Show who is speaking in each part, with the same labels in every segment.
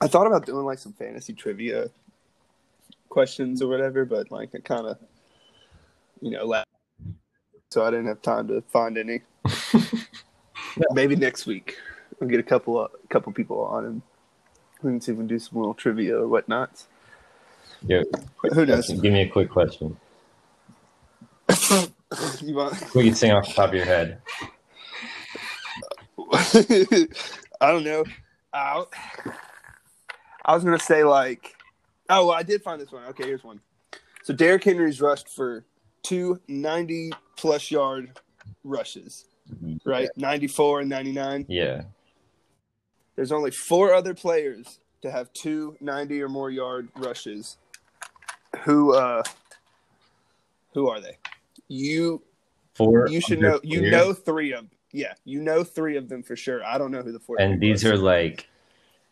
Speaker 1: I thought about doing like some fantasy trivia questions or whatever, but like I kind of, you know, left, so I didn't have time to find any. Maybe next week we'll get a couple of, a couple people on and we can see if we can do some little trivia or whatnot.
Speaker 2: Yo,
Speaker 1: But who knows?
Speaker 2: Give me a quick question.
Speaker 1: you want?
Speaker 2: We could sing off the top of your head.
Speaker 1: I don't know. I, I was gonna say like, oh, well, I did find this one. Okay, here's one. So Derrick Henry's rushed for two 90 plus yard rushes,
Speaker 2: Mm-hmm.
Speaker 1: right? 94 and 99.
Speaker 2: Yeah.
Speaker 1: There's only four other players to have two 90 or more yard rushes. Who uh who are they? You
Speaker 2: Four.
Speaker 1: you should
Speaker 2: other
Speaker 1: know you
Speaker 2: players,
Speaker 1: know 3 of yeah, you know 3 of them for sure. I don't know who the fourth
Speaker 2: And
Speaker 1: one
Speaker 2: these
Speaker 1: was.
Speaker 2: are like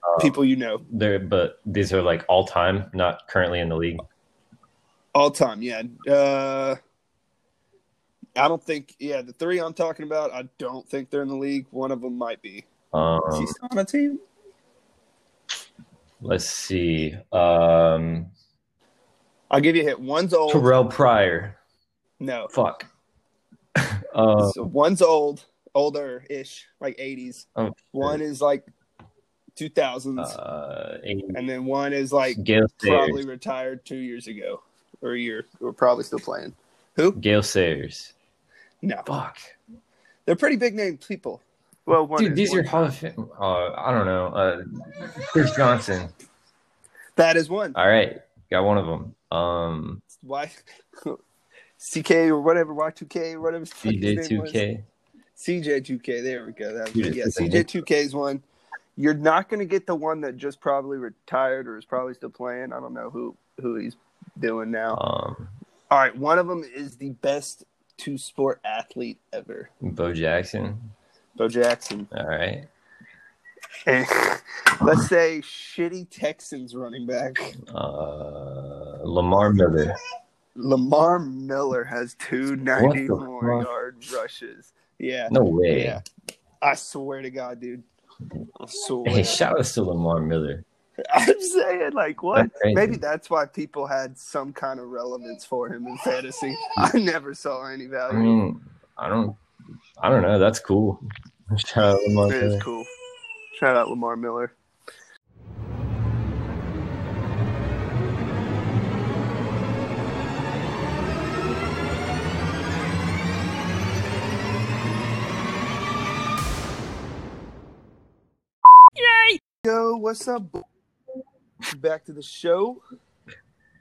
Speaker 2: uh,
Speaker 1: people you know
Speaker 2: They're but these are like all time, not currently in the league.
Speaker 1: all time. Yeah. Uh I don't think yeah, the 3 I'm talking about, I don't think they're in the league. One of them might be. Is he
Speaker 2: Um,
Speaker 1: still on a team?
Speaker 2: let's see. Um,
Speaker 1: I'll give you a hit. One's old.
Speaker 2: Terrell Pryor.
Speaker 1: No.
Speaker 2: Fuck. Uh,
Speaker 1: So one's old, older ish, like 80s.
Speaker 2: Oh,
Speaker 1: One is like 2000s,
Speaker 2: uh, and
Speaker 1: and then one is like
Speaker 2: Gail
Speaker 1: probably
Speaker 2: Sayers.
Speaker 1: retired two years ago or a year, or probably still playing.
Speaker 2: Gail Sayers.
Speaker 1: No,
Speaker 2: Fuck.
Speaker 1: they're pretty big name people. Well, one
Speaker 2: Dude,
Speaker 1: is,
Speaker 2: these
Speaker 1: one-
Speaker 2: are Hall of Fame. Uh, I don't know. Uh, Chris Johnson.
Speaker 1: that is one.
Speaker 2: All right, got one of them. Um,
Speaker 1: Why? CK or whatever, Y2K or whatever. the fuck his name was.
Speaker 2: CJ2K.
Speaker 1: CJ2K. There we go. That was,
Speaker 2: Dude,
Speaker 1: it. yeah,
Speaker 2: it's a name.
Speaker 1: CJ2K's one. You're not going to get the one that just probably retired or is probably still playing. I don't know who who he's doing now.
Speaker 2: Um,
Speaker 1: All right, one of them is the best two sport athlete ever,
Speaker 2: Bo Jackson.
Speaker 1: Bo Jackson.
Speaker 2: All right.
Speaker 1: And let's say shitty Texans running back
Speaker 2: Uh, Lamar Miller.
Speaker 1: Lamar Miller has two 90
Speaker 2: What the
Speaker 1: more
Speaker 2: fuck?
Speaker 1: yard rushes. Yeah,
Speaker 2: No way.
Speaker 1: Yeah. I swear to God, dude. I
Speaker 2: Hey,
Speaker 1: swear.
Speaker 2: shout out to Lamar Miller.
Speaker 1: I'm saying, like, what?
Speaker 2: That's crazy.
Speaker 1: Maybe that's why people had some kind of relevance for him in fantasy. I never saw any
Speaker 2: I
Speaker 1: value.
Speaker 2: mean, I don't, I don't know. That's cool. Shout out Lamar
Speaker 1: It is
Speaker 2: Miller.
Speaker 1: cool. Shout out Lamar Miller. Yay! Yo, what's up? bo- Back to the show.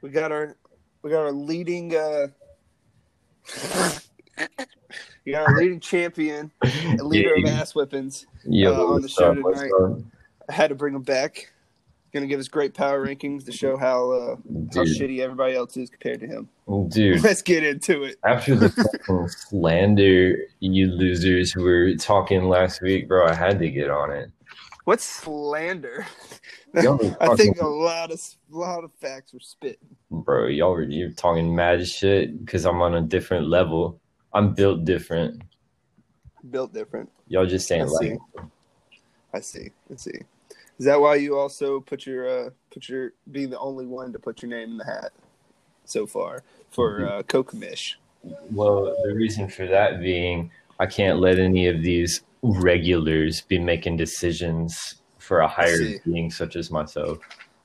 Speaker 1: We got our we got our leading uh we got our leading champion, leader of
Speaker 2: Yeah.
Speaker 1: ass whippings.
Speaker 2: Yeah,
Speaker 1: uh, on
Speaker 2: what's
Speaker 1: the show
Speaker 2: up? What's
Speaker 1: tonight. I had to bring him back. Gonna give us great power rankings to show how uh,
Speaker 2: up?
Speaker 1: how
Speaker 2: Dude,
Speaker 1: shitty everybody else is compared to him.
Speaker 2: dude,
Speaker 1: Let's get into it.
Speaker 2: after the fucking slander you losers were talking last week, bro, I had to get on it.
Speaker 1: What's slander?
Speaker 2: Y'all were
Speaker 1: I think
Speaker 2: talking-
Speaker 1: a lot of lot of facts were spit.
Speaker 2: bro, y'all were you're talking mad shit because I'm on a different level. I'm built different.
Speaker 1: Built different.
Speaker 2: Y'all just
Speaker 1: I
Speaker 2: ain't
Speaker 1: see.
Speaker 2: like
Speaker 1: I see. I see. Is that why you also put your uh, put your being the only one to put your name in the hat so far
Speaker 2: Mm-hmm.
Speaker 1: for uh, co-commish?
Speaker 2: well, the reason for that being I can't let any of these regulars be making decisions for a higher
Speaker 1: see.
Speaker 2: being such as myself.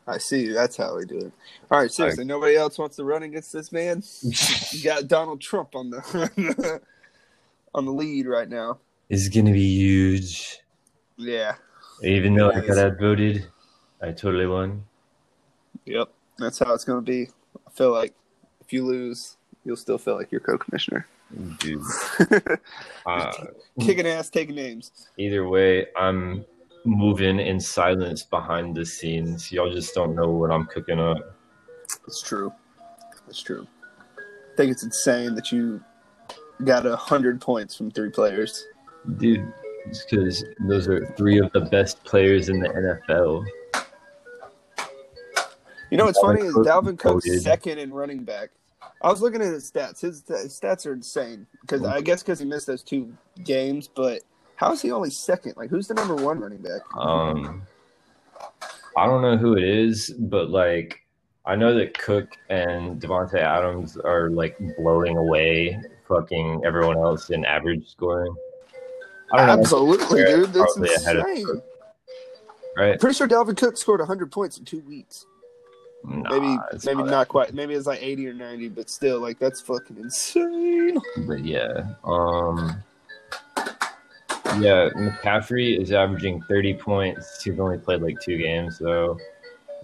Speaker 1: I see. That's how we do it. All right, seriously, nobody else wants to run against this man. you got Donald Trump on the on the lead right now.
Speaker 2: It's gonna be huge.
Speaker 1: Yeah.
Speaker 2: Even though I
Speaker 1: Nice.
Speaker 2: got outvoted, I totally won.
Speaker 1: Yep. That's how it's going to be. I feel like if you lose, you'll still feel like you're co-commissioner.
Speaker 2: Dude. Uh,
Speaker 1: Kicking ass, taking names.
Speaker 2: either way, I'm moving in silence behind the scenes. Y'all just don't know what I'm cooking up.
Speaker 1: It's true. It's true. I think it's insane that you got a hundred points from three players.
Speaker 2: Dude, it's because those are three of the best players in the NFL.
Speaker 1: You know what's
Speaker 2: Dalvin
Speaker 1: funny is
Speaker 2: Cook
Speaker 1: Dalvin Cook's
Speaker 2: voted.
Speaker 1: second in running back. I was looking at his stats. His, his stats are insane because I guess because he missed those two games. But how is he only second? Like who's the number one running back?
Speaker 2: Um, I don't know who it is, but like I know that Cook and Devonte Adams are like blowing away fucking everyone else in average scoring. I don't know,
Speaker 1: Absolutely,
Speaker 2: Yeah,
Speaker 1: dude. That's
Speaker 2: probably ahead of-
Speaker 1: insane.
Speaker 2: right?
Speaker 1: I'm pretty sure Dalvin Cook scored 100 points in two weeks.
Speaker 2: Nah,
Speaker 1: Maybe,
Speaker 2: it's
Speaker 1: maybe
Speaker 2: not
Speaker 1: not quite. Maybe it's like 80 or 90, but still, like that's fucking insane.
Speaker 2: But yeah, um, yeah, McCaffrey is averaging 30 points. He's only played like two games, though.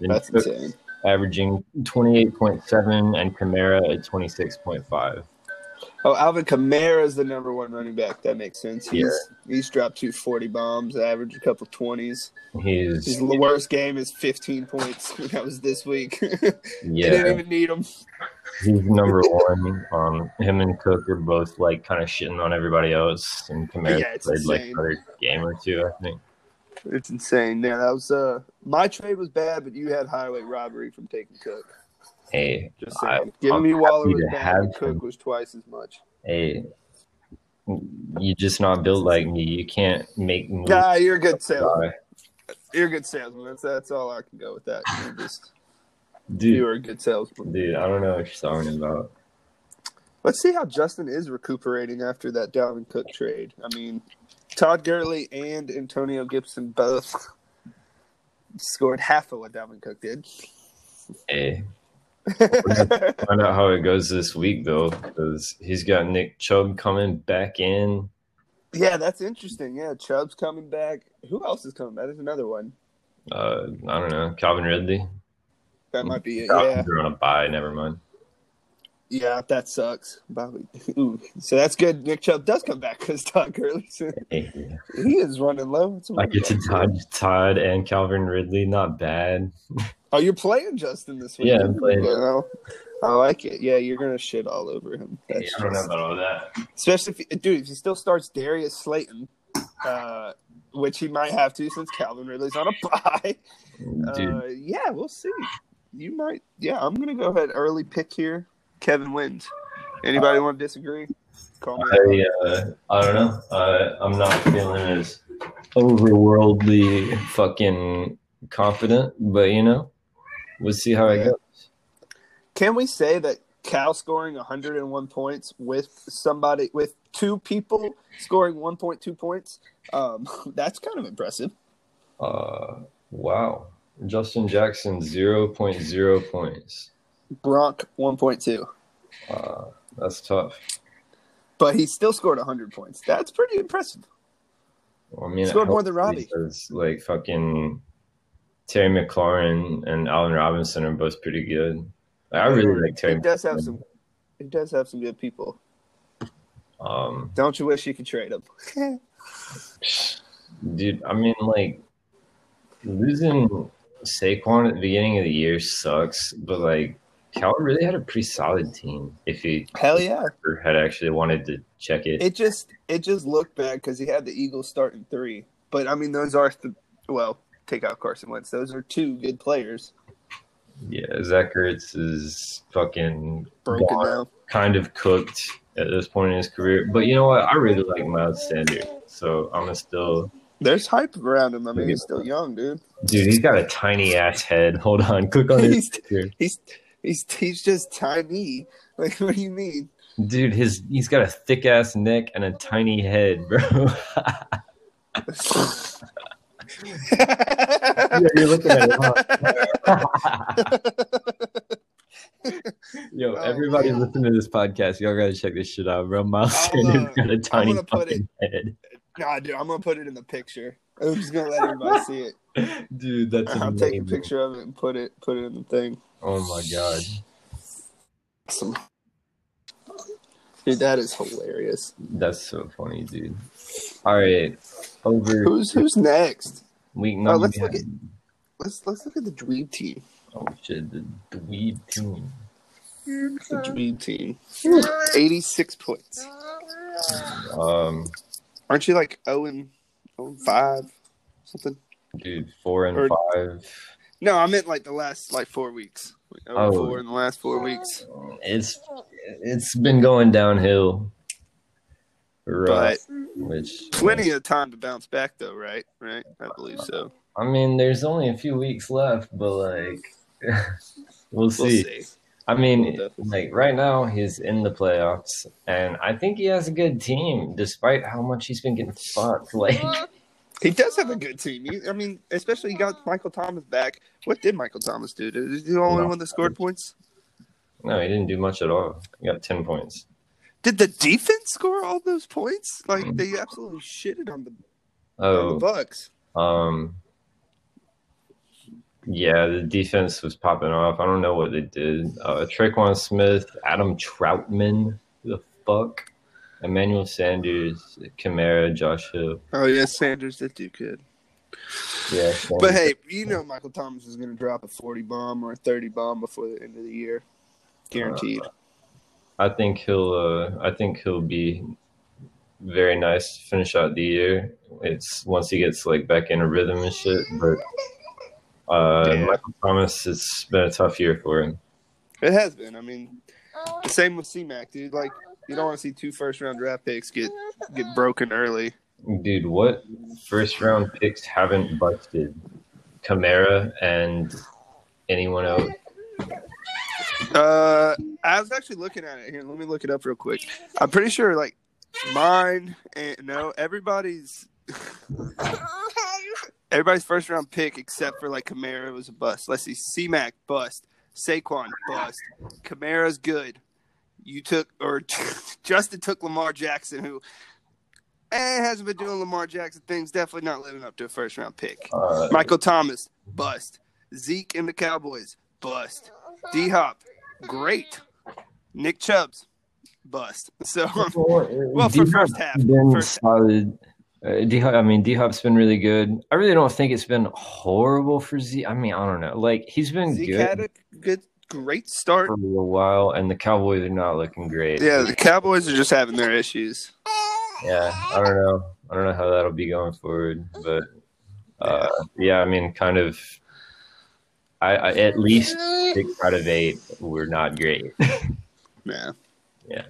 Speaker 2: Then
Speaker 1: That's
Speaker 2: Cook's
Speaker 1: insane.
Speaker 2: averaging 28.7 and Kamara at 26.5.
Speaker 1: Oh, Alvin Kamara is the number one running back. That makes sense. He's he's dropped two 40 bombs, averaged a couple 20s. His
Speaker 2: He's
Speaker 1: l- worst game is 15 points. That was this week. they
Speaker 2: yeah,
Speaker 1: didn't even need him.
Speaker 2: he's number one. Um, him and Cook are both like kind of shitting on everybody else, and Kamara
Speaker 1: Yeah, it's
Speaker 2: played like
Speaker 1: insane.
Speaker 2: another game or two, I think.
Speaker 1: It's insane. Yeah, that was uh, my trade was bad, but you had highway robbery from taking Cook.
Speaker 2: Hey,
Speaker 1: Just
Speaker 2: I-
Speaker 1: saying. Giving
Speaker 2: I'm
Speaker 1: me Waller
Speaker 2: happy
Speaker 1: was
Speaker 2: to
Speaker 1: bad,
Speaker 2: have
Speaker 1: and
Speaker 2: him.
Speaker 1: Cook was twice as much.
Speaker 2: hey, you just not built like me. You can't make me.
Speaker 1: Nah, you're a good salesman.
Speaker 2: sorry.
Speaker 1: You're a good salesman. That's that's all I can go with that. You're just-
Speaker 2: Dude,
Speaker 1: you are a good salesman.
Speaker 2: Dude, I don't know what you're talking about.
Speaker 1: Let's see how Justin is recuperating after that Dalvin Cook trade. I mean, Todd Gurley and Antonio Gibson both scored half of what Dalvin Cook did.
Speaker 2: Hey, find out how it goes this week though, because he's got Nick Chubb coming back in.
Speaker 1: yeah, that's interesting. Yeah, Chubb's coming back. Who else is coming back? There's another one.
Speaker 2: Uh, I don't know, Calvin Ridley.
Speaker 1: That might be it.
Speaker 2: Oh,
Speaker 1: Yeah,
Speaker 2: They're on a bye. Never mind.
Speaker 1: yeah, that sucks. Bobby. Ooh. So that's good. Nick Chubb does come back because Todd Gurley's
Speaker 2: Hey,
Speaker 1: he is running low. It's a
Speaker 2: I get to
Speaker 1: running low.
Speaker 2: dodge Todd and Calvin Ridley. Not bad.
Speaker 1: Oh, you're playing Justin this week.
Speaker 2: Yeah, I'm playing.
Speaker 1: Well, I like it. Yeah, you're gonna shit all over him.
Speaker 2: Hey,
Speaker 1: That's
Speaker 2: I don't know
Speaker 1: just-
Speaker 2: about all that.
Speaker 1: Especially if, he- dude, if he still starts Darius Slayton, uh, which he might have to since Calvin Ridley's on a bye.
Speaker 2: Dude,
Speaker 1: Uh, yeah, we'll see. You might. Yeah, I'm gonna go ahead early pick here. Kevin wins. Anybody want to disagree? Call me.
Speaker 2: I, uh, I don't know. Uh, I'm not feeling as overworldly fucking confident, but you know, we'll see how it
Speaker 1: Yeah.
Speaker 2: goes.
Speaker 1: Can we say that Cal scoring 101 points with somebody with two people scoring 1.2 points? Um, that's kind of impressive.
Speaker 2: Uh, wow. Justin Jackson, 0.0 points.
Speaker 1: Bronk 1.2,
Speaker 2: Uh, that's tough.
Speaker 1: but he still scored 100 points. That's pretty impressive.
Speaker 2: I mean, it
Speaker 1: Scored more than
Speaker 2: helps
Speaker 1: Robbie.
Speaker 2: Because, like, fucking Terry McLaurin and Allen Robinson are both pretty good. I really like
Speaker 1: He
Speaker 2: Terry.
Speaker 1: does have some. He does have some good people.
Speaker 2: Um,
Speaker 1: Don't you wish you could trade him?
Speaker 2: dude, I mean, like, losing Saquon at the beginning of the year sucks, but, like, Cal really had a pretty solid team if he
Speaker 1: Hell yeah.
Speaker 2: ever had actually wanted to check it.
Speaker 1: It just it just looked bad because he had the Eagles starting three, but I mean those are th- well take out Carson Wentz. Those are two good players
Speaker 2: yeah, Zach Ertz is fucking
Speaker 1: broken
Speaker 2: gone.
Speaker 1: down.
Speaker 2: kind of cooked at this point in his career. But you know what? I really like Miles Sanders. So I'm gonna still
Speaker 1: There's hype around him. I mean he's still young, dude.
Speaker 2: dude, he's got a tiny ass head. Hold on, click on his
Speaker 1: He's
Speaker 2: picture.
Speaker 1: he's he's he's just tiny. Like what do you mean?
Speaker 2: Dude, his he's got a thick ass neck and a tiny head, bro. yeah, you're looking at it. Huh?
Speaker 1: Oh,
Speaker 2: Yo, everybody
Speaker 1: man.
Speaker 2: listen to this podcast. Y'all gotta check this shit out, bro. Miles
Speaker 1: I'll,
Speaker 2: Sanders
Speaker 1: uh,
Speaker 2: got a tiny
Speaker 1: gonna put it-
Speaker 2: fucking head.
Speaker 1: nah, dude, I'm gonna put it in the picture. I'm just gonna let everybody see it.
Speaker 2: Dude, that's
Speaker 1: I'll
Speaker 2: amazing.
Speaker 1: take a picture of it and put it put it in the thing.
Speaker 2: Oh my god.
Speaker 1: Awesome. Dude, that is hilarious.
Speaker 2: That's so funny, dude. All right, over
Speaker 1: Who's who's next?
Speaker 2: week
Speaker 1: Oh,
Speaker 2: number.
Speaker 1: let's look at let's let's look at the dream team.
Speaker 2: oh shit, the dweeb team.
Speaker 1: The dream team, eighty six points.
Speaker 2: Um,
Speaker 1: Aren't you like zero and, 0 and five something?
Speaker 2: dude, four and
Speaker 1: Or-
Speaker 2: five.
Speaker 1: No, I meant like the last like four weeks. Like, 0 and
Speaker 2: Oh.
Speaker 1: four in the last four weeks.
Speaker 2: It's it's been going downhill, right?
Speaker 1: But
Speaker 2: Which
Speaker 1: plenty of time to bounce back though, right? Right? I believe so.
Speaker 2: I mean, there's only a few weeks left, but like, we'll see.
Speaker 1: We'll see.
Speaker 2: I mean,
Speaker 1: We'll definitely
Speaker 2: like right now he's in the playoffs, and I think he has a good team, despite how much he's been getting fucked. Like,
Speaker 1: He does have a good team. He, I mean, especially you got Michael Thomas back. What did Michael Thomas do? Did he the only one that scored points?
Speaker 2: no, he didn't do much at all. He got ten points.
Speaker 1: Did the defense score all those points? Like they absolutely shitted on the, on the
Speaker 2: Mm. Oh,
Speaker 1: Bucks.
Speaker 2: um, yeah, the defense was popping off. I don't know what they did. Uh, Traquan Smith, Adam Troutman, who the fuck, Emmanuel Sanders, Kamara, Josh Hill.
Speaker 1: Oh yeah, Sanders did do good.
Speaker 2: Yeah,
Speaker 1: But hey, you know Michael Thomas is going to drop a forty bomb or a thirty bomb before the end of the year, guaranteed.
Speaker 2: I think he'll. Uh, I think he'll be very nice to finish out the year. It's once he gets like back in a rhythm and shit. But uh,
Speaker 1: Yeah.
Speaker 2: Michael Thomas, it's been a tough year for him.
Speaker 1: It has been. I mean, the same with C-Mac, dude. Like you don't want to see two first round draft picks get get broken early.
Speaker 2: Dude, what first round picks haven't busted? Kamara and anyone else?
Speaker 1: Uh, I was actually looking at it here. Let me look it up real quick. I'm pretty sure like mine and no, everybody's everybody's first round pick except for like Kamara was a bust. Let's see, C Mac bust, Saquon bust, Kamara's good. You took or Justin took Lamar Jackson, who eh, hasn't been doing Lamar Jackson things. Definitely not living up to a first round pick.
Speaker 2: Uh,
Speaker 1: Michael Thomas bust, Zeke and the Cowboys bust, D Hop great, Nick Chubb's bust. So well, for
Speaker 2: D-Hop's
Speaker 1: first half,
Speaker 2: been
Speaker 1: first
Speaker 2: solid. Uh, D Hop, I mean, D Hop's been really good. I really don't think it's been horrible for Z. I mean, I don't know. Like he's been
Speaker 1: Zeke
Speaker 2: good
Speaker 1: had a good, great start.
Speaker 2: for a little while, and the Cowboys are not looking great.
Speaker 1: Yeah, the Cowboys are just having their issues.
Speaker 2: yeah. I don't know. I don't know how that'll be going forward, but uh, yeah, I mean, kind of. I, I at least six out of eight were not great.
Speaker 1: Yeah.
Speaker 2: Yeah.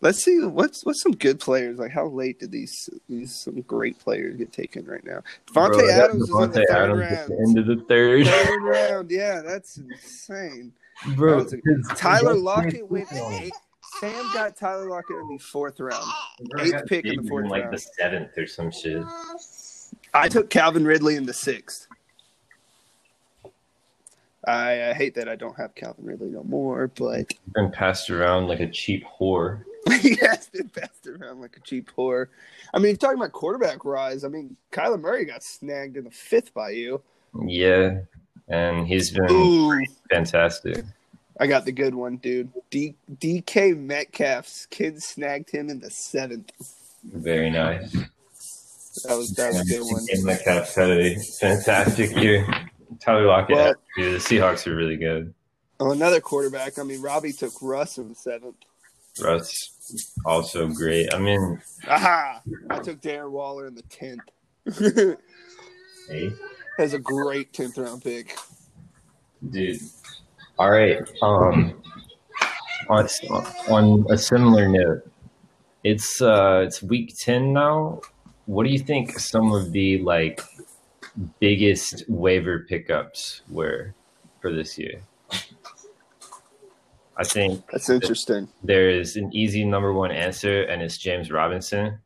Speaker 1: Let's see what's what's some good players like. How late did these these some great players get taken right now? Devontae
Speaker 2: Bro, that
Speaker 1: Adams is in the
Speaker 2: Devontae
Speaker 1: third
Speaker 2: Adams at
Speaker 1: round.
Speaker 2: the end of the third.
Speaker 1: Third round, yeah, that's insane.
Speaker 2: Bro,
Speaker 1: That
Speaker 2: because-
Speaker 1: Tyler Lockett went eight. Sam got Tyler Lockett in the fourth round.
Speaker 2: Bro,
Speaker 1: eighth
Speaker 2: got
Speaker 1: pick in the
Speaker 2: Diggs
Speaker 1: fourth
Speaker 2: like
Speaker 1: round.
Speaker 2: the seventh or some shit.
Speaker 1: I took Calvin Ridley in the sixth. I, I hate that I don't have Calvin Ridley no more, but
Speaker 2: Been passed around like a cheap whore.
Speaker 1: he has been passed around like a cheap whore. I mean, talking about quarterback rise, I mean, Kyler Murray got snagged in the fifth by you.
Speaker 2: Yeah, and he's been
Speaker 1: Ooh,
Speaker 2: fantastic.
Speaker 1: I got the good one, dude. D- DK Metcalf's kid snagged him in the seventh.
Speaker 2: Very nice.
Speaker 1: That was that was a good one.
Speaker 2: And Metcalf had a fantastic year. Tyler Lockett,
Speaker 1: Well-
Speaker 2: yeah, the Seahawks are really good.
Speaker 1: Oh, another quarterback. I mean, Robbie took Russ in the seventh.
Speaker 2: Russ, also great. I mean,
Speaker 1: Aha! I took Darren Waller in the tenth.
Speaker 2: hey,
Speaker 1: Has a great tenth round pick.
Speaker 2: dude. All right. Um, on, on a similar note, it's uh, it's week ten now. What do you think some of the like biggest waiver pickups were for this year? I think
Speaker 1: That's interesting.
Speaker 2: there is an easy number one answer, and it's James Robinson.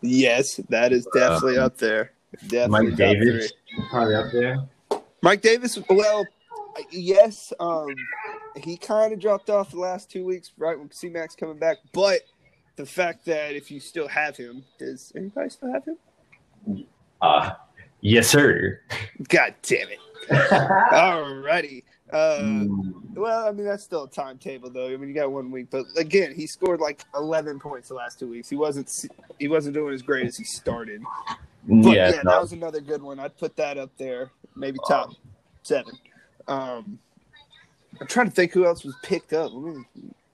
Speaker 1: Yes, that is definitely up there. Definitely
Speaker 2: Uh, Mike
Speaker 1: top
Speaker 2: Davis
Speaker 1: three.
Speaker 2: probably up there.
Speaker 1: Mike Davis. Well, yes, um, he kind of dropped off the last two weeks, right when C Max coming back. But the fact that if you still have him, does anybody still have him?
Speaker 2: Uh, yes, sir.
Speaker 1: God damn it! Alrighty. Uh,
Speaker 2: Hmm. Mm,
Speaker 1: Well, I mean that's still a timetable though. I mean you got one week, but again, he scored like 11 points the last two weeks. He wasn't he wasn't doing as great as he started. But yeah,
Speaker 2: yeah,
Speaker 1: that was another good one. I'd put that up there, maybe top
Speaker 2: Uh,
Speaker 1: seven. Um, I'm trying to think who else was picked up. Let me-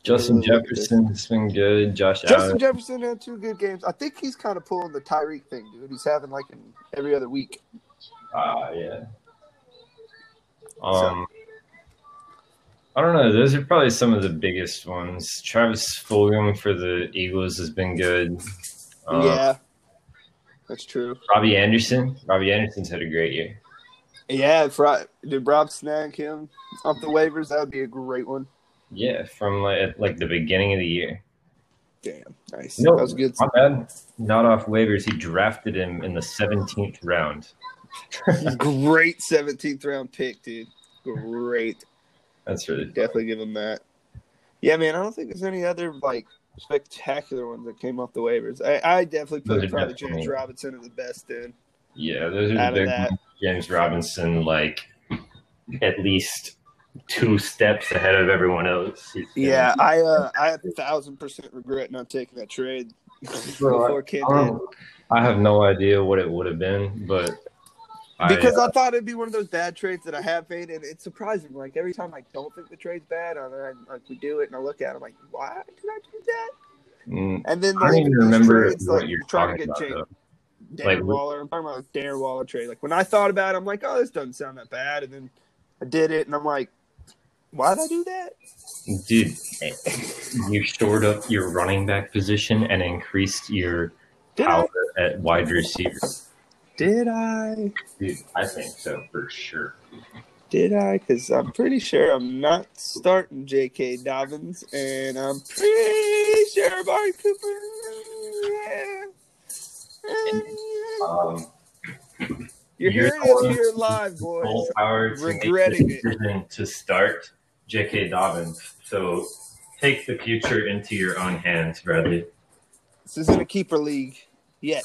Speaker 2: Justin
Speaker 1: Really look at this.
Speaker 2: Jefferson's been good. Josh
Speaker 1: Justin
Speaker 2: Allen.
Speaker 1: Jefferson had two good games. I think he's kind of pulling the Tyreek thing, dude. He's having like an every other week.
Speaker 2: Ah, yeah. Um, I don't know. Those are probably some of the biggest ones. Travis Fulgham for the Eagles has been good. Uh,
Speaker 1: yeah, That's true.
Speaker 2: Robbie Anderson. Robbie Anderson's had a great year.
Speaker 1: Yeah, if Rob, did Rob snag him off the waivers? That would be a great one.
Speaker 2: Yeah, from like, like the beginning of the year.
Speaker 1: Damn, nice.
Speaker 2: No,
Speaker 1: that was good.
Speaker 2: My bad. Not off waivers. He drafted him in the 17th round.
Speaker 1: great 17th round pick, dude. Great.
Speaker 2: That's really
Speaker 1: Definitely give him that. Yeah, man. I don't think there's any other like spectacular ones that came off the waivers. I, I definitely
Speaker 2: Those are
Speaker 1: put probably
Speaker 2: definitely-
Speaker 1: James Robinson at the best in.
Speaker 2: yeah. Those are
Speaker 1: Out
Speaker 2: the
Speaker 1: of
Speaker 2: big
Speaker 1: that.
Speaker 2: ones. James Robinson, like at least two steps ahead of everyone else. He's been-
Speaker 1: Yeah, I uh, I a thousand percent regret not taking that trade before Kid
Speaker 2: I
Speaker 1: did
Speaker 2: don't- Um, I have no idea what it would have been, but
Speaker 1: because I, uh, thought it'd be one of those bad trades that I have made, and it's surprising. Like every time I don't think the trade's bad, and then I, like we do it, and I look at, it, I'm like, why did I do that?
Speaker 2: I, mm,
Speaker 1: And then
Speaker 2: I
Speaker 1: like,
Speaker 2: don't even
Speaker 1: these
Speaker 2: remember
Speaker 1: trades,
Speaker 2: what
Speaker 1: like,
Speaker 2: you're
Speaker 1: trying
Speaker 2: talking
Speaker 1: to get
Speaker 2: about.
Speaker 1: Jake
Speaker 2: though.
Speaker 1: Darren
Speaker 2: Like, we-
Speaker 1: Waller. I'm talking about the Darren Waller trade. Like when I thought about it, I'm like, oh, this doesn't sound that bad, and then I did it, and I'm like, why did I do that?
Speaker 2: Dude, you shored up your running back position and increased your
Speaker 1: Did
Speaker 2: power at wide receiver.
Speaker 1: I? Did I?
Speaker 2: Dude, I think so for sure.
Speaker 1: Did I? Because I'm pretty sure I'm not starting J.K. Dobbins, and I'm pretty sure Amari Cooper.
Speaker 2: Um,
Speaker 1: You're
Speaker 2: You're
Speaker 1: hearing it
Speaker 2: the
Speaker 1: here live, boys.
Speaker 2: full power to make
Speaker 1: regretting
Speaker 2: the
Speaker 1: it.
Speaker 2: decision to start J.K. Dobbins. So take the future into your own hands, Bradley.
Speaker 1: This isn't a keeper league yet.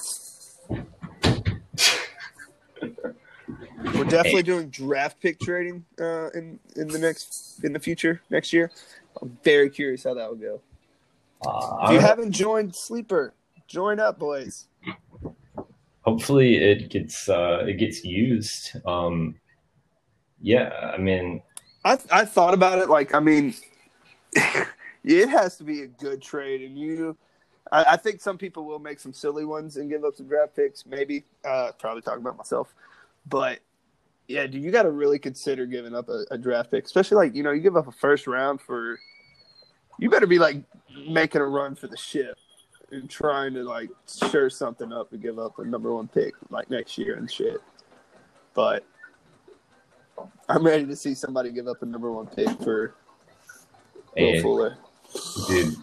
Speaker 1: We're definitely doing draft pick trading uh, in in the next in the future next year. I'm very curious how that will go.
Speaker 2: Uh,
Speaker 1: If you haven't joined Sleeper, join up, boys.
Speaker 2: hopefully it gets uh, it gets used. Um, yeah, I mean,
Speaker 1: I I thought about it. Like, I mean, it has to be a good trade, and you, I, I think some people will make some silly ones and give up some draft picks. Maybe, uh, probably talking about myself, but yeah, dude, you got to really consider giving up a, a draft pick, especially like you know you give up a first round for, you better be like making a run for the ship and trying to like sure something up and give up a number one pick like next year and shit, but. I'm ready to see somebody give up a number one pick for Will
Speaker 2: eh,
Speaker 1: Fuller
Speaker 2: dude,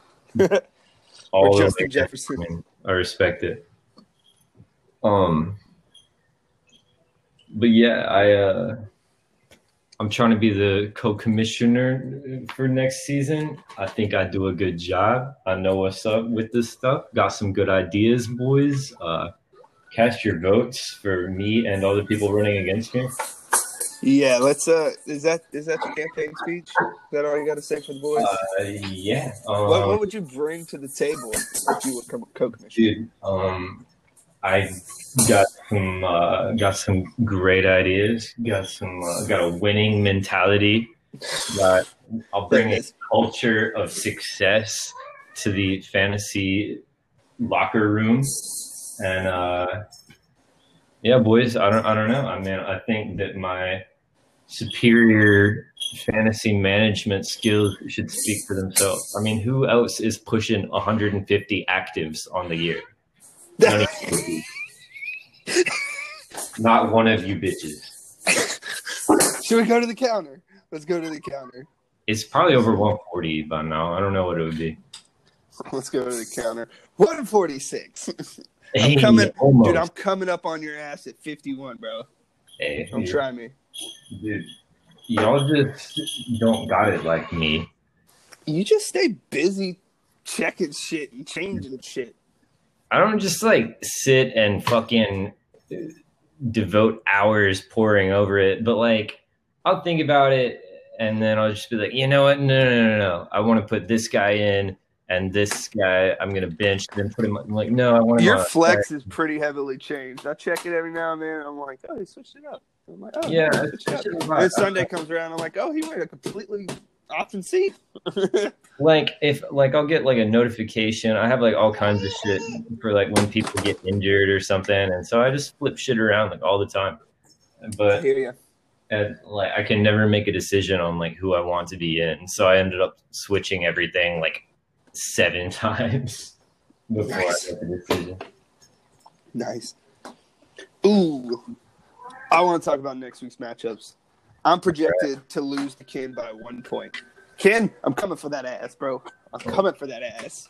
Speaker 2: all
Speaker 1: or
Speaker 2: of
Speaker 1: Justin Jefferson.
Speaker 2: I respect it. Um, but yeah, I uh, I'm trying to be the co-commissioner for next season. I think I do a good job. I know what's up with this stuff. Got some good ideas, boys. Uh, cast your votes for me and all the people running against me.
Speaker 1: Yeah, let's. Uh, is that is that your campaign speech? Is that all you got to say for the boys?
Speaker 2: Uh, yeah. Um,
Speaker 1: what, what would you bring to the table if you would come co-commission?
Speaker 2: Dude, um, I got some uh, got some great ideas. Got some uh, got a winning mentality. Got I'll bring a
Speaker 1: Goodness.
Speaker 2: culture of success to the fantasy locker room, and uh, yeah, boys. I don't I don't know. I mean, I think that my superior fantasy management skills should speak for themselves. I mean, who else is pushing 150 actives on the year? None of you. Not one of you bitches.
Speaker 1: Should we go to the counter? Let's go to the counter.
Speaker 2: It's probably over 140 by now. I don't know what it would be.
Speaker 1: Let's go to the counter. One forty-six, I'm coming-
Speaker 2: Hey, almost.
Speaker 1: dude. I'm coming up on your ass at fifty-one, bro.
Speaker 2: Hey,
Speaker 1: Don't
Speaker 2: dude.
Speaker 1: try me.
Speaker 2: Dude, y'all just don't got it like me.
Speaker 1: You just stay busy checking shit and changing shit.
Speaker 2: I don't just like sit and fucking devote hours pouring over it, but like I'll think about it and then I'll just be like, you know what? No, no, no, no. I want to put this guy in and this guy I'm gonna bench, then put him. I'm like, no, I want him
Speaker 1: Your
Speaker 2: on.
Speaker 1: flex is pretty heavily changed. I check it every now and then. And I'm like, oh, he switched it up. I'm like, oh,
Speaker 2: Yeah,
Speaker 1: he switched it up. And then
Speaker 2: uh,
Speaker 1: Sunday comes around. I'm like, oh, he went a completely option C.
Speaker 2: like if like I'll get like a notification. I have like all kinds of shit for like when people get injured or something, and so I just flip shit around like all the time. But
Speaker 1: I hear you.
Speaker 2: and like I can never make a decision on like who I want to be in. So I ended up switching everything like seven times before I
Speaker 1: Nice.
Speaker 2: make a decision.
Speaker 1: Nice. Ooh, I want to talk about next week's matchups. I'm projected to lose to Ken by one point. Ken, I'm coming for that ass, bro. I'm coming for that ass.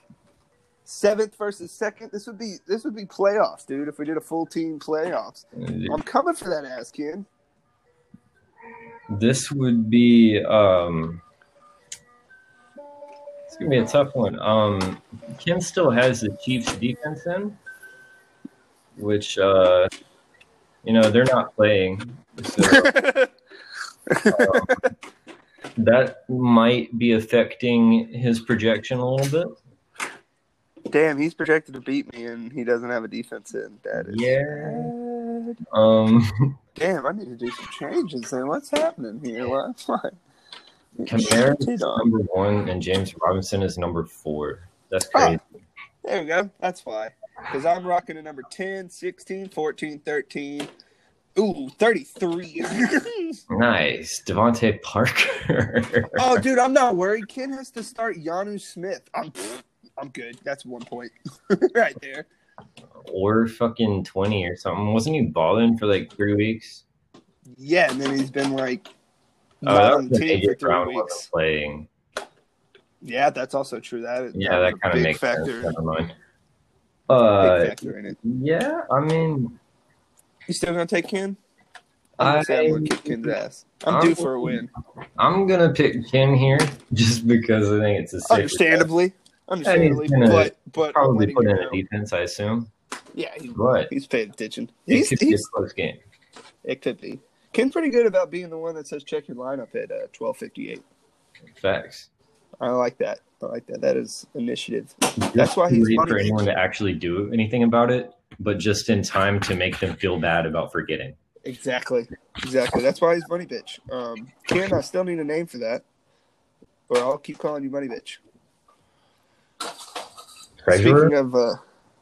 Speaker 1: Seventh versus second. This would be this would be playoffs, dude. If we did a full team playoffs, I'm coming for that ass, Ken.
Speaker 2: This would be um it's gonna be a tough one. Um Ken still has the Chiefs defense in, which uh you know they're not playing. So that might be affecting his projection a little bit.
Speaker 1: Damn, he's projected to beat me, and he doesn't have a defense in. That is
Speaker 2: Yeah. Um
Speaker 1: Damn, I need to do some changes. And what's happening here? Why? why?
Speaker 2: Kamara
Speaker 1: Shit
Speaker 2: is
Speaker 1: on.
Speaker 2: number one and James Robinson is number four. That's
Speaker 1: Oh.
Speaker 2: crazy.
Speaker 1: There we go. That's why. Because I'm rocking a number 10, 16, 14, 13. Ooh, 33.
Speaker 2: Nice. Devontae Parker.
Speaker 1: oh, dude, I'm not worried. Ken has to start Yanu Smith. I'm, I'm good. That's one point right there.
Speaker 2: or fucking 20 or something. Wasn't he balling for like three weeks?
Speaker 1: Yeah, and then he's been like
Speaker 2: Oh,
Speaker 1: not
Speaker 2: that
Speaker 1: on the
Speaker 2: was when
Speaker 1: team for
Speaker 2: AJ
Speaker 1: three
Speaker 2: Brown wasn't
Speaker 1: weeks.
Speaker 2: playing.
Speaker 1: Yeah, that's also true. That,
Speaker 2: Yeah,
Speaker 1: was
Speaker 2: that
Speaker 1: a
Speaker 2: kind of
Speaker 1: big
Speaker 2: makes
Speaker 1: factor.
Speaker 2: sense. Never mind.
Speaker 1: Big
Speaker 2: Uh,
Speaker 1: factor in it.
Speaker 2: yeah, I mean,
Speaker 1: You still gonna take Ken? I'm gonna say I'm gonna
Speaker 2: I,
Speaker 1: kick Ken's ass. I'm,
Speaker 2: I'm-
Speaker 1: due for a win.
Speaker 2: I'm gonna pick Ken here just because I think it's a safer
Speaker 1: Understandably, understandably,
Speaker 2: gonna
Speaker 1: but but
Speaker 2: bet. Probably
Speaker 1: letting
Speaker 2: put
Speaker 1: you
Speaker 2: in a
Speaker 1: know.
Speaker 2: defense, I assume.
Speaker 1: yeah, he-
Speaker 2: But
Speaker 1: he's paying attention.
Speaker 2: it
Speaker 1: He's,
Speaker 2: could be a
Speaker 1: he's
Speaker 2: close game.
Speaker 1: it could be. Ken's pretty good about being the one that says check your lineup at uh, twelve fifty eight.
Speaker 2: Facts.
Speaker 1: I like that. I like that. That is initiative. That's why he's
Speaker 2: Wait
Speaker 1: funny.
Speaker 2: for anyone to actually do anything about it, but just in time to make them feel bad about forgetting.
Speaker 1: Exactly, exactly. That's why he's money bitch. Um, Ken, I still need a name for that, or I'll keep calling you money bitch. Speaking of, uh,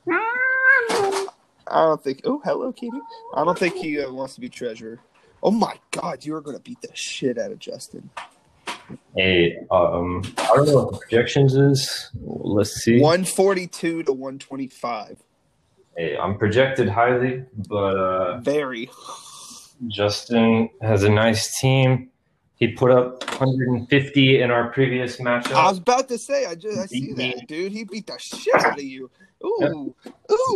Speaker 1: I don't think. Oh, hello, Kitty. I don't think he uh, wants to be treasurer. Oh my God, you are gonna beat the shit out of Justin.
Speaker 2: Hey, um, I don't know what the projections is. Let's see.
Speaker 1: One forty-two to one twenty-five.
Speaker 2: Hey, I'm projected highly, but uh,
Speaker 1: Very.
Speaker 2: Justin has a nice team. He put up 150 in our previous
Speaker 1: I
Speaker 2: matchup.
Speaker 1: was about to say. I just I see that, dude. He beat the shit out of you. Ooh,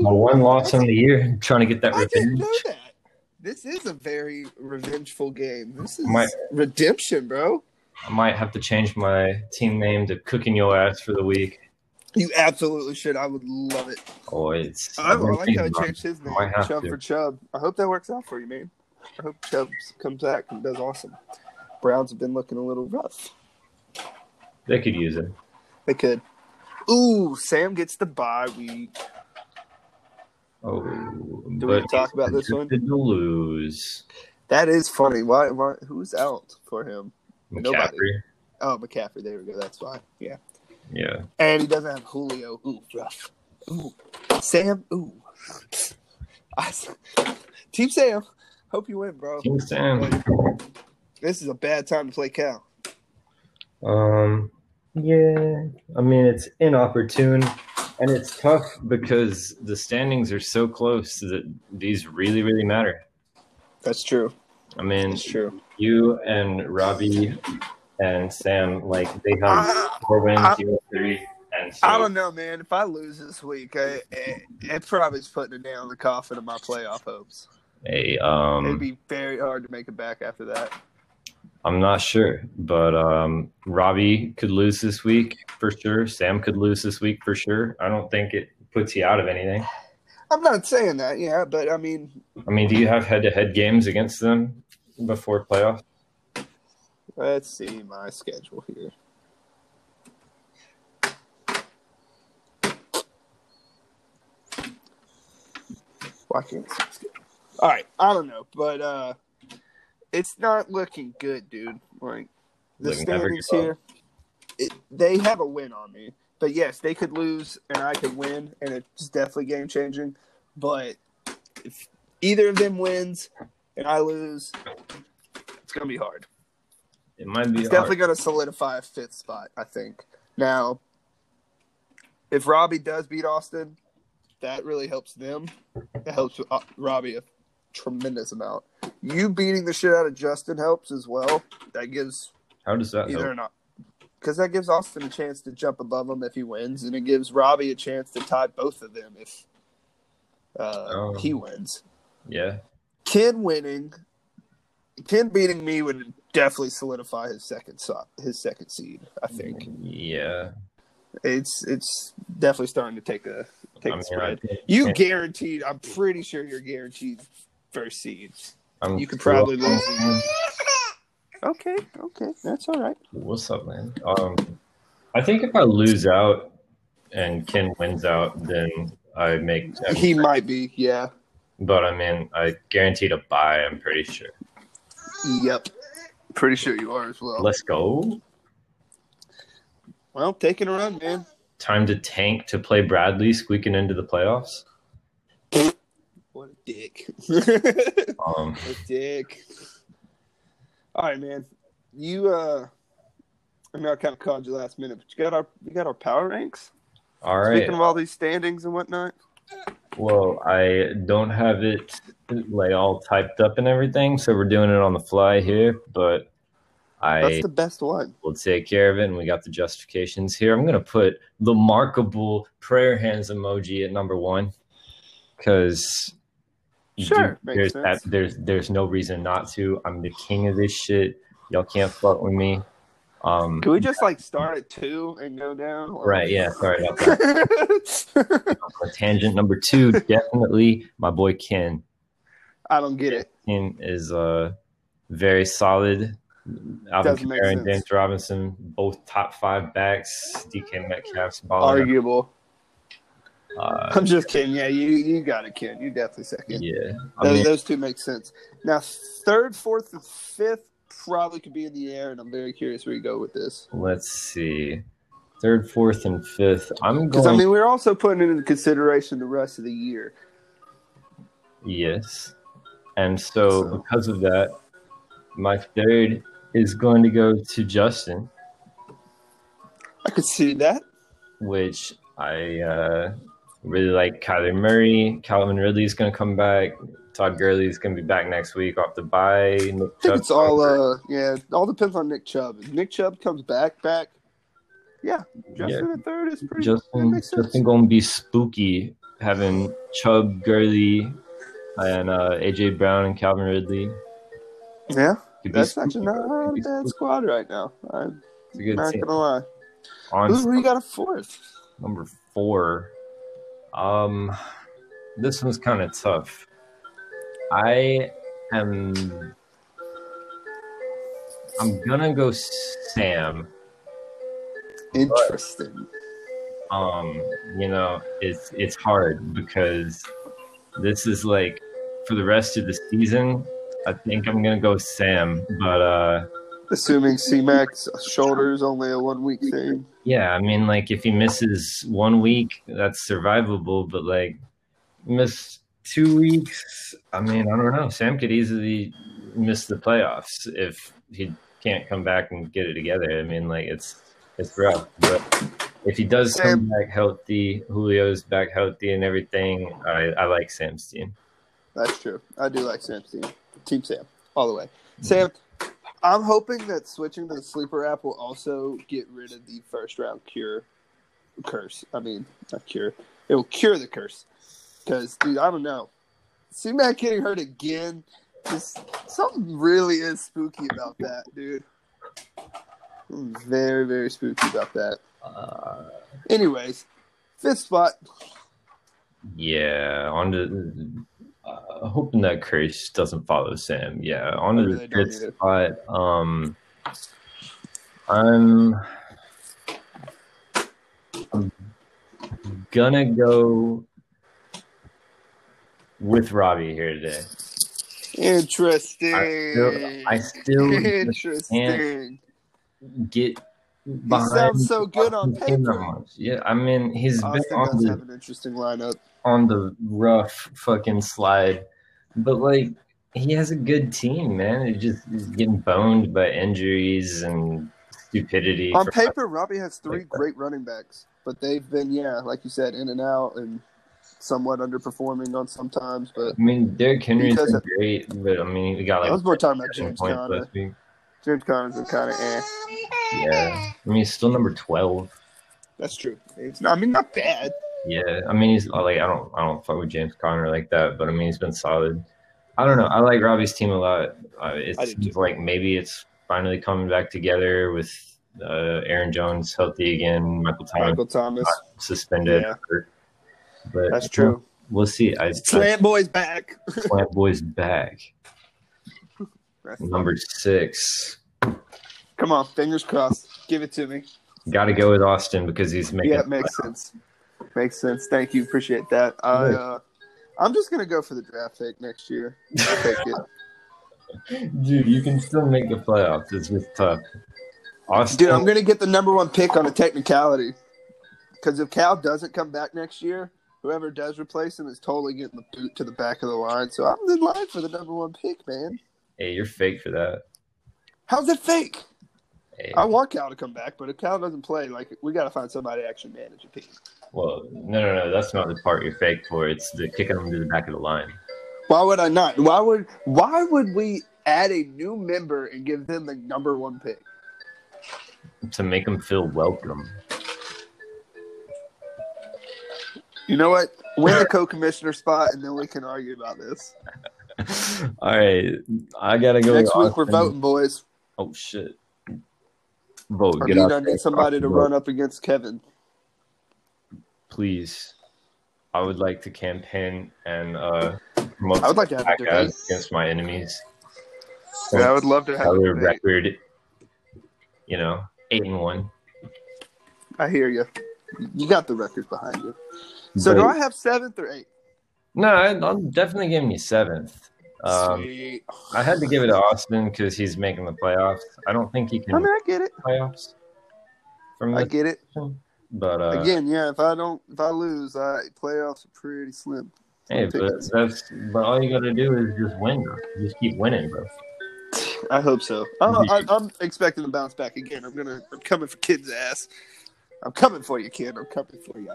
Speaker 2: My
Speaker 1: ooh.
Speaker 2: one loss in the year, trying to get that
Speaker 1: I didn't
Speaker 2: revenge.
Speaker 1: know that. This is a very revengeful game. This is
Speaker 2: My-
Speaker 1: redemption, bro.
Speaker 2: I might have to change my team name to "Cooking Your Ass" for the week.
Speaker 1: You absolutely should. I would love it.
Speaker 2: Oh, it's.
Speaker 1: I, I
Speaker 2: I'm gonna
Speaker 1: like
Speaker 2: think
Speaker 1: how he
Speaker 2: about it.
Speaker 1: changed his name,
Speaker 2: Might have
Speaker 1: Chubb
Speaker 2: to.
Speaker 1: for Chubb. I hope that works out for you, man. I hope Chubb comes back and does awesome. Browns have been looking a little rough.
Speaker 2: They could use it.
Speaker 1: They could. Ooh, Sam gets the bye week.
Speaker 2: Oh,
Speaker 1: Do we
Speaker 2: but
Speaker 1: talk about this one?
Speaker 2: projected to lose.
Speaker 1: That is funny. Why? Why? Who's out for him? Nobody.
Speaker 2: McCaffrey.
Speaker 1: Oh, McCaffrey. There we go. That's why. Yeah.
Speaker 2: Yeah.
Speaker 1: And he doesn't have Julio. Ooh, rough. Ooh, Sam. Oow. I, Team Sam. Hope you win, bro.
Speaker 2: Team Sam.
Speaker 1: This is a bad time to play Cal.
Speaker 2: Um, yeah, I mean it's inopportune, and it's tough because the standings are so close that these really, really matter.
Speaker 1: That's true.
Speaker 2: I mean,
Speaker 1: That's true.
Speaker 2: you and Robbie and Sam, like they have
Speaker 1: I-
Speaker 2: four wins,
Speaker 1: I-
Speaker 2: you have three, and so
Speaker 1: Ah, I don't know, man. If I lose this week, I, it, it probably's putting a nail in the coffin of my playoff hopes.
Speaker 2: hey,
Speaker 1: It'd
Speaker 2: um,
Speaker 1: be very hard to make it back after that.
Speaker 2: I'm not sure, but um, Robbie could lose this week for sure. Sam could lose this week for sure. I don't think it puts you out of anything.
Speaker 1: I'm not saying that, yeah, but I mean,
Speaker 2: I mean, do you have head-to-head games against them before playoffs?
Speaker 1: let's see my schedule here. Why can't I see my schedule? All right, I don't know, but uh, it's not looking good, dude. Like the
Speaker 2: Looking never
Speaker 1: standings
Speaker 2: good.
Speaker 1: here, it, they have a win on me. But yes, they could lose, and I could win, and it's definitely game changing. But if either of them wins and I lose, it's gonna be hard.
Speaker 2: It might
Speaker 1: It's
Speaker 2: be hard.
Speaker 1: definitely going to solidify a fifth spot, I think. Now, if Robbie does beat Austin, that really helps them. That helps uh, Robbie a tremendous amount. You beating the shit out of Justin helps as well. That gives
Speaker 2: How does that
Speaker 1: either
Speaker 2: help?
Speaker 1: an because that gives Austin a chance to jump above him if he wins, and it gives Robbie a chance to tie both of them if uh,
Speaker 2: Oh.
Speaker 1: he wins.
Speaker 2: Yeah.
Speaker 1: Ken winning, Ken beating me would definitely solidify his second so- his second seed. I
Speaker 2: Mm-hmm.
Speaker 1: think
Speaker 2: Yeah.
Speaker 1: it's it's definitely starting to take a take
Speaker 2: I
Speaker 1: a
Speaker 2: mean,
Speaker 1: spread.
Speaker 2: I-
Speaker 1: You
Speaker 2: yeah.
Speaker 1: guaranteed. I'm pretty sure you're guaranteed first seed.
Speaker 2: I'm
Speaker 1: You could probably lose. Okay, okay, that's all right.
Speaker 2: What's up, man? Um, I think if I lose out and Ken wins out, then I make.
Speaker 1: He might be. Yeah.
Speaker 2: But I mean, I guaranteed a buy. I'm pretty sure.
Speaker 1: Yep. Pretty sure you are as well.
Speaker 2: Let's go.
Speaker 1: Well, taking a run, man.
Speaker 2: Time to tank to play Bradley, squeaking into the playoffs.
Speaker 1: What a dick. a
Speaker 2: Um,
Speaker 1: dick. All right, man. You uh I mean I kinda called you last minute, but you got our you got our power ranks?
Speaker 2: all right.
Speaker 1: Speaking of all these standings and whatnot.
Speaker 2: Well, I don't have it like all typed up and everything, so we're doing it on the fly here. But
Speaker 1: That's
Speaker 2: I
Speaker 1: the best one.
Speaker 2: will take care of it, and we got the justifications here. I'm gonna put the markable prayer hands emoji at number one because
Speaker 1: Sure,
Speaker 2: there's
Speaker 1: makes sense.
Speaker 2: that- there's there's no reason not to. I'm the king of this shit. Y'all can't fuck with me. Um,
Speaker 1: Can we just like start at two and go down? Or-
Speaker 2: right? Yeah. Sorry about that. On tangent number two, definitely my boy Ken.
Speaker 1: I don't get it.
Speaker 2: team is uh, very solid. Alvin
Speaker 1: Doesn't make
Speaker 2: Kamara and
Speaker 1: sense.
Speaker 2: James Robinson, both top five backs. DK Metcalf's balling.
Speaker 1: Arguable.
Speaker 2: Oh, Uh,
Speaker 1: I'm just kidding. Yeah, you you got it, kid. You definitely second.
Speaker 2: yeah, I
Speaker 1: Those,
Speaker 2: mean,
Speaker 1: those two make sense. Now, third, fourth, and fifth probably could be in the air, and I'm very curious where you go with this.
Speaker 2: let's see. Third, fourth, and fifth. I'm
Speaker 1: Because
Speaker 2: going.
Speaker 1: I mean, we're also putting into consideration the rest of the year.
Speaker 2: yes, and so,
Speaker 1: So-
Speaker 2: because of that, my third is going to go to Justin,
Speaker 1: I could see that.
Speaker 2: which I uh, really like. Kyler Murray, Calvin Ridley is going to come back. Todd Gurley is going to be back next week off the bye.
Speaker 1: I
Speaker 2: Nick
Speaker 1: think
Speaker 2: Chubb's
Speaker 1: it's all uh yeah, it all depends on Nick Chubb. If Nick Chubb comes back back, yeah, Justin at third is pretty. that
Speaker 2: Justin,
Speaker 1: makes sense.
Speaker 2: Justin gonna be spooky having Chubb, Gurley, and uh, AJ Brown and Calvin Ridley.
Speaker 1: yeah,
Speaker 2: Could be
Speaker 1: that's
Speaker 2: spooky,
Speaker 1: actually not
Speaker 2: bro. Could
Speaker 1: a
Speaker 2: be
Speaker 1: bad
Speaker 2: spooky.
Speaker 1: squad right now. I'm
Speaker 2: It's a good
Speaker 1: not
Speaker 2: team.
Speaker 1: gonna lie. Who,
Speaker 2: On
Speaker 1: who you got a fourth?
Speaker 2: number four, um, this one's kind of tough. I am. I'm gonna go Sam.
Speaker 1: Interesting.
Speaker 2: um you know it's it's hard because this is like for the rest of the season i think i'm gonna go sam but uh
Speaker 1: Assuming C Mac's shoulders only a one week thing.
Speaker 2: yeah i mean like if he misses one week that's survivable but like miss two weeks i mean i don't know sam could easily miss the playoffs if he can't come back and get it together i mean like it's it's rough but if he does come
Speaker 1: Sam-
Speaker 2: back healthy julio's back healthy and everything i, I like sam's team
Speaker 1: That's true. I do like Sam's team. Team Sam, all the way. Sam, I'm hoping that switching to the sleeper app will also get rid of the first round cure curse. I mean, not cure. It will cure the curse. Because, dude, I don't know. See Matt getting hurt again. Just something really is spooky about that, dude. I'm very, very spooky about that.
Speaker 2: uh,
Speaker 1: Anyways, fifth spot.
Speaker 2: yeah on to uh, hoping that curse doesn't follow sam yeah on
Speaker 1: I
Speaker 2: to
Speaker 1: really
Speaker 2: the
Speaker 1: don't
Speaker 2: fifth
Speaker 1: either.
Speaker 2: spot um i'm i'm gonna go with robbie here today
Speaker 1: Interesting.
Speaker 2: I still, I still
Speaker 1: Interesting.
Speaker 2: get
Speaker 1: He
Speaker 2: behind
Speaker 1: sounds so good on
Speaker 2: Austin that
Speaker 1: paper.
Speaker 2: much. Yeah, I mean he's been
Speaker 1: Austin
Speaker 2: on
Speaker 1: does
Speaker 2: the
Speaker 1: have an interesting lineup.
Speaker 2: on the rough fucking slide, but like he has a good team, man. It just is getting boned by injuries and stupidity.
Speaker 1: On
Speaker 2: for-
Speaker 1: paper, Robbie has three
Speaker 2: Like that.
Speaker 1: great running backs, but they've been yeah, like you said, in and out, and somewhat underperforming on sometimes, but
Speaker 2: I mean, Derrick Henry's
Speaker 1: Because
Speaker 2: been
Speaker 1: of-
Speaker 2: great, but I mean, he got
Speaker 1: I
Speaker 2: like
Speaker 1: was more talking about
Speaker 2: 10
Speaker 1: James
Speaker 2: points
Speaker 1: Conner.
Speaker 2: last week.
Speaker 1: James Conner's kind of eh.
Speaker 2: Yeah, I mean, he's still number twelve.
Speaker 1: That's true. It's not, I mean, not bad.
Speaker 2: Yeah, I mean, he's like, I don't, I don't fuck with James Conner like that, but I mean, he's been solid. I don't know. I like Robbie's team a lot. Uh,
Speaker 1: I
Speaker 2: it's
Speaker 1: do too.
Speaker 2: like maybe it's finally coming back together with uh, Aaron Jones healthy again, Michael Thomas
Speaker 1: Michael Thomas.
Speaker 2: suspended.
Speaker 1: Yeah.
Speaker 2: But
Speaker 1: That's true.
Speaker 2: We'll see. I, I
Speaker 1: Slant boys back.
Speaker 2: Slant boys back
Speaker 1: That's-
Speaker 2: number six.
Speaker 1: Come on, fingers crossed. Give it to me.
Speaker 2: Got to go with Austin because he's making.
Speaker 1: Yeah, it makes sense. Makes sense. Thank you. Appreciate that. I,
Speaker 2: Yeah.
Speaker 1: uh, I'm just gonna go for the draft pick next year. I'll take it.
Speaker 2: Dude, you can still make the playoffs. It's just tough. Austin,
Speaker 1: Dude, I'm gonna get the number one pick on a technicality. Because if Cal doesn't come back next year, whoever does replace him is totally getting the boot to the back of the line. So I'm in line for the number one pick, man.
Speaker 2: hey, you're fake for that.
Speaker 1: How's it fake?
Speaker 2: Hey,
Speaker 1: I want Cal to come back, but if Cal doesn't play, like we gotta find somebody to actually manage a team.
Speaker 2: well, no, no, no. That's not the part you're fake for. It's the kicking them to the back of the line.
Speaker 1: Why would I not? Why would why would we add a new member and give them the number one pick?
Speaker 2: To make them feel welcome.
Speaker 1: You know what? Win the co-commissioner spot, and then we can argue about this.
Speaker 2: All right. I got to go.
Speaker 1: Next
Speaker 2: with
Speaker 1: week we're
Speaker 2: Austin.
Speaker 1: voting, boys.
Speaker 2: Oh, shit. Vote.
Speaker 1: I
Speaker 2: Get
Speaker 1: need,
Speaker 2: out
Speaker 1: I
Speaker 2: there.
Speaker 1: need somebody to
Speaker 2: Vote.
Speaker 1: run up against Kevin.
Speaker 2: Please. I would like to campaign and uh, promote
Speaker 1: I would like to have a debate.
Speaker 2: podcast against my enemies.
Speaker 1: Yeah, I would love to have a
Speaker 2: Another
Speaker 1: debate.
Speaker 2: record, you know, eight and one.
Speaker 1: I hear you. You got the records behind you. So
Speaker 2: But-
Speaker 1: do I have seventh or eighth?
Speaker 2: No, I, I'm definitely giving you seventh. Um,
Speaker 1: Sweet.
Speaker 2: I had to give it to Austin because he's making the playoffs. I don't think he
Speaker 1: I mean,
Speaker 2: can
Speaker 1: I get it.
Speaker 2: playoffs from
Speaker 1: I
Speaker 2: this,
Speaker 1: get it.
Speaker 2: but uh,
Speaker 1: Again, yeah. If I don't, if I lose, I playoffs are pretty slim.
Speaker 2: hey, but that's but all you got to do is just win, bro. Just keep winning, bro.
Speaker 1: I hope so. I'm, I, I'm expecting to bounce back again. I'm gonna. I'm coming for kids' ass. I'm coming for you, kid. I'm coming for you.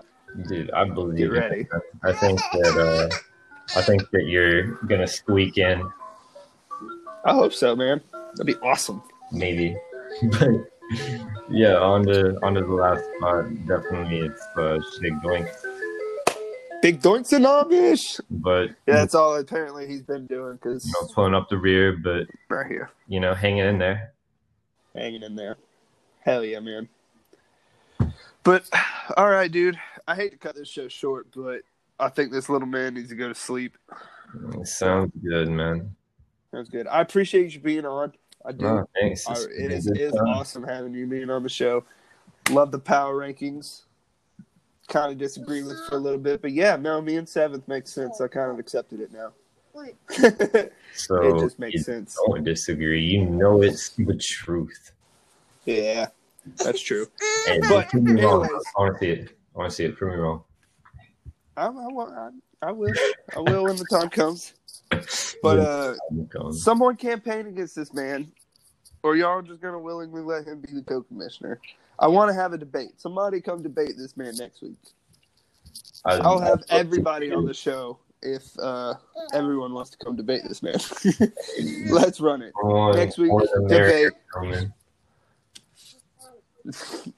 Speaker 2: Dude, I believe
Speaker 1: Get
Speaker 2: it.
Speaker 1: ready.
Speaker 2: I think that uh, I think that you're gonna squeak in,
Speaker 1: I hope so, man. That'd be awesome.
Speaker 2: maybe. but yeah, on to on to the last spot. Definitely, it's uh, Shig Doink.
Speaker 1: Big Doinks and Amish.
Speaker 2: But
Speaker 1: Yeah, that's all apparently he's been doing because
Speaker 2: you know, pulling up the rear, but
Speaker 1: right here,
Speaker 2: you know, hanging in there.
Speaker 1: hanging in there. Hell yeah, man. But all right, dude. I hate to cut this show short, but I think this little man needs to go to sleep.
Speaker 2: It sounds good, man.
Speaker 1: That was good. I appreciate you being on. I do.
Speaker 2: Oh, thanks.
Speaker 1: I,
Speaker 2: It's
Speaker 1: it
Speaker 2: been a
Speaker 1: is,
Speaker 2: good
Speaker 1: it is
Speaker 2: time.
Speaker 1: awesome having you being on the show. Love the power rankings. Kind of disagree with for a little bit, but yeah, no, me and seventh makes sense. I kind of accepted it now. it
Speaker 2: So
Speaker 1: just
Speaker 2: you
Speaker 1: makes sense.
Speaker 2: don't disagree. You know it's the truth.
Speaker 1: Yeah, that's true.
Speaker 2: And
Speaker 1: But
Speaker 2: prove me wrong.
Speaker 1: anyways.
Speaker 2: I want to see it. I want to see it. Prove me wrong.
Speaker 1: I, I, wa- I, I will. I will when the time comes. But uh,
Speaker 2: I'm going.
Speaker 1: someone campaign against this man, or y'all just gonna willingly let him be the co-commissioner. I want to have a debate. Somebody come debate this man next week.
Speaker 2: I-
Speaker 1: I'll have
Speaker 2: I-
Speaker 1: everybody on the show if uh, everyone wants to come debate this man. Let's run it
Speaker 2: More-
Speaker 1: next week.
Speaker 2: more than there,
Speaker 1: Debate.
Speaker 2: gentlemen.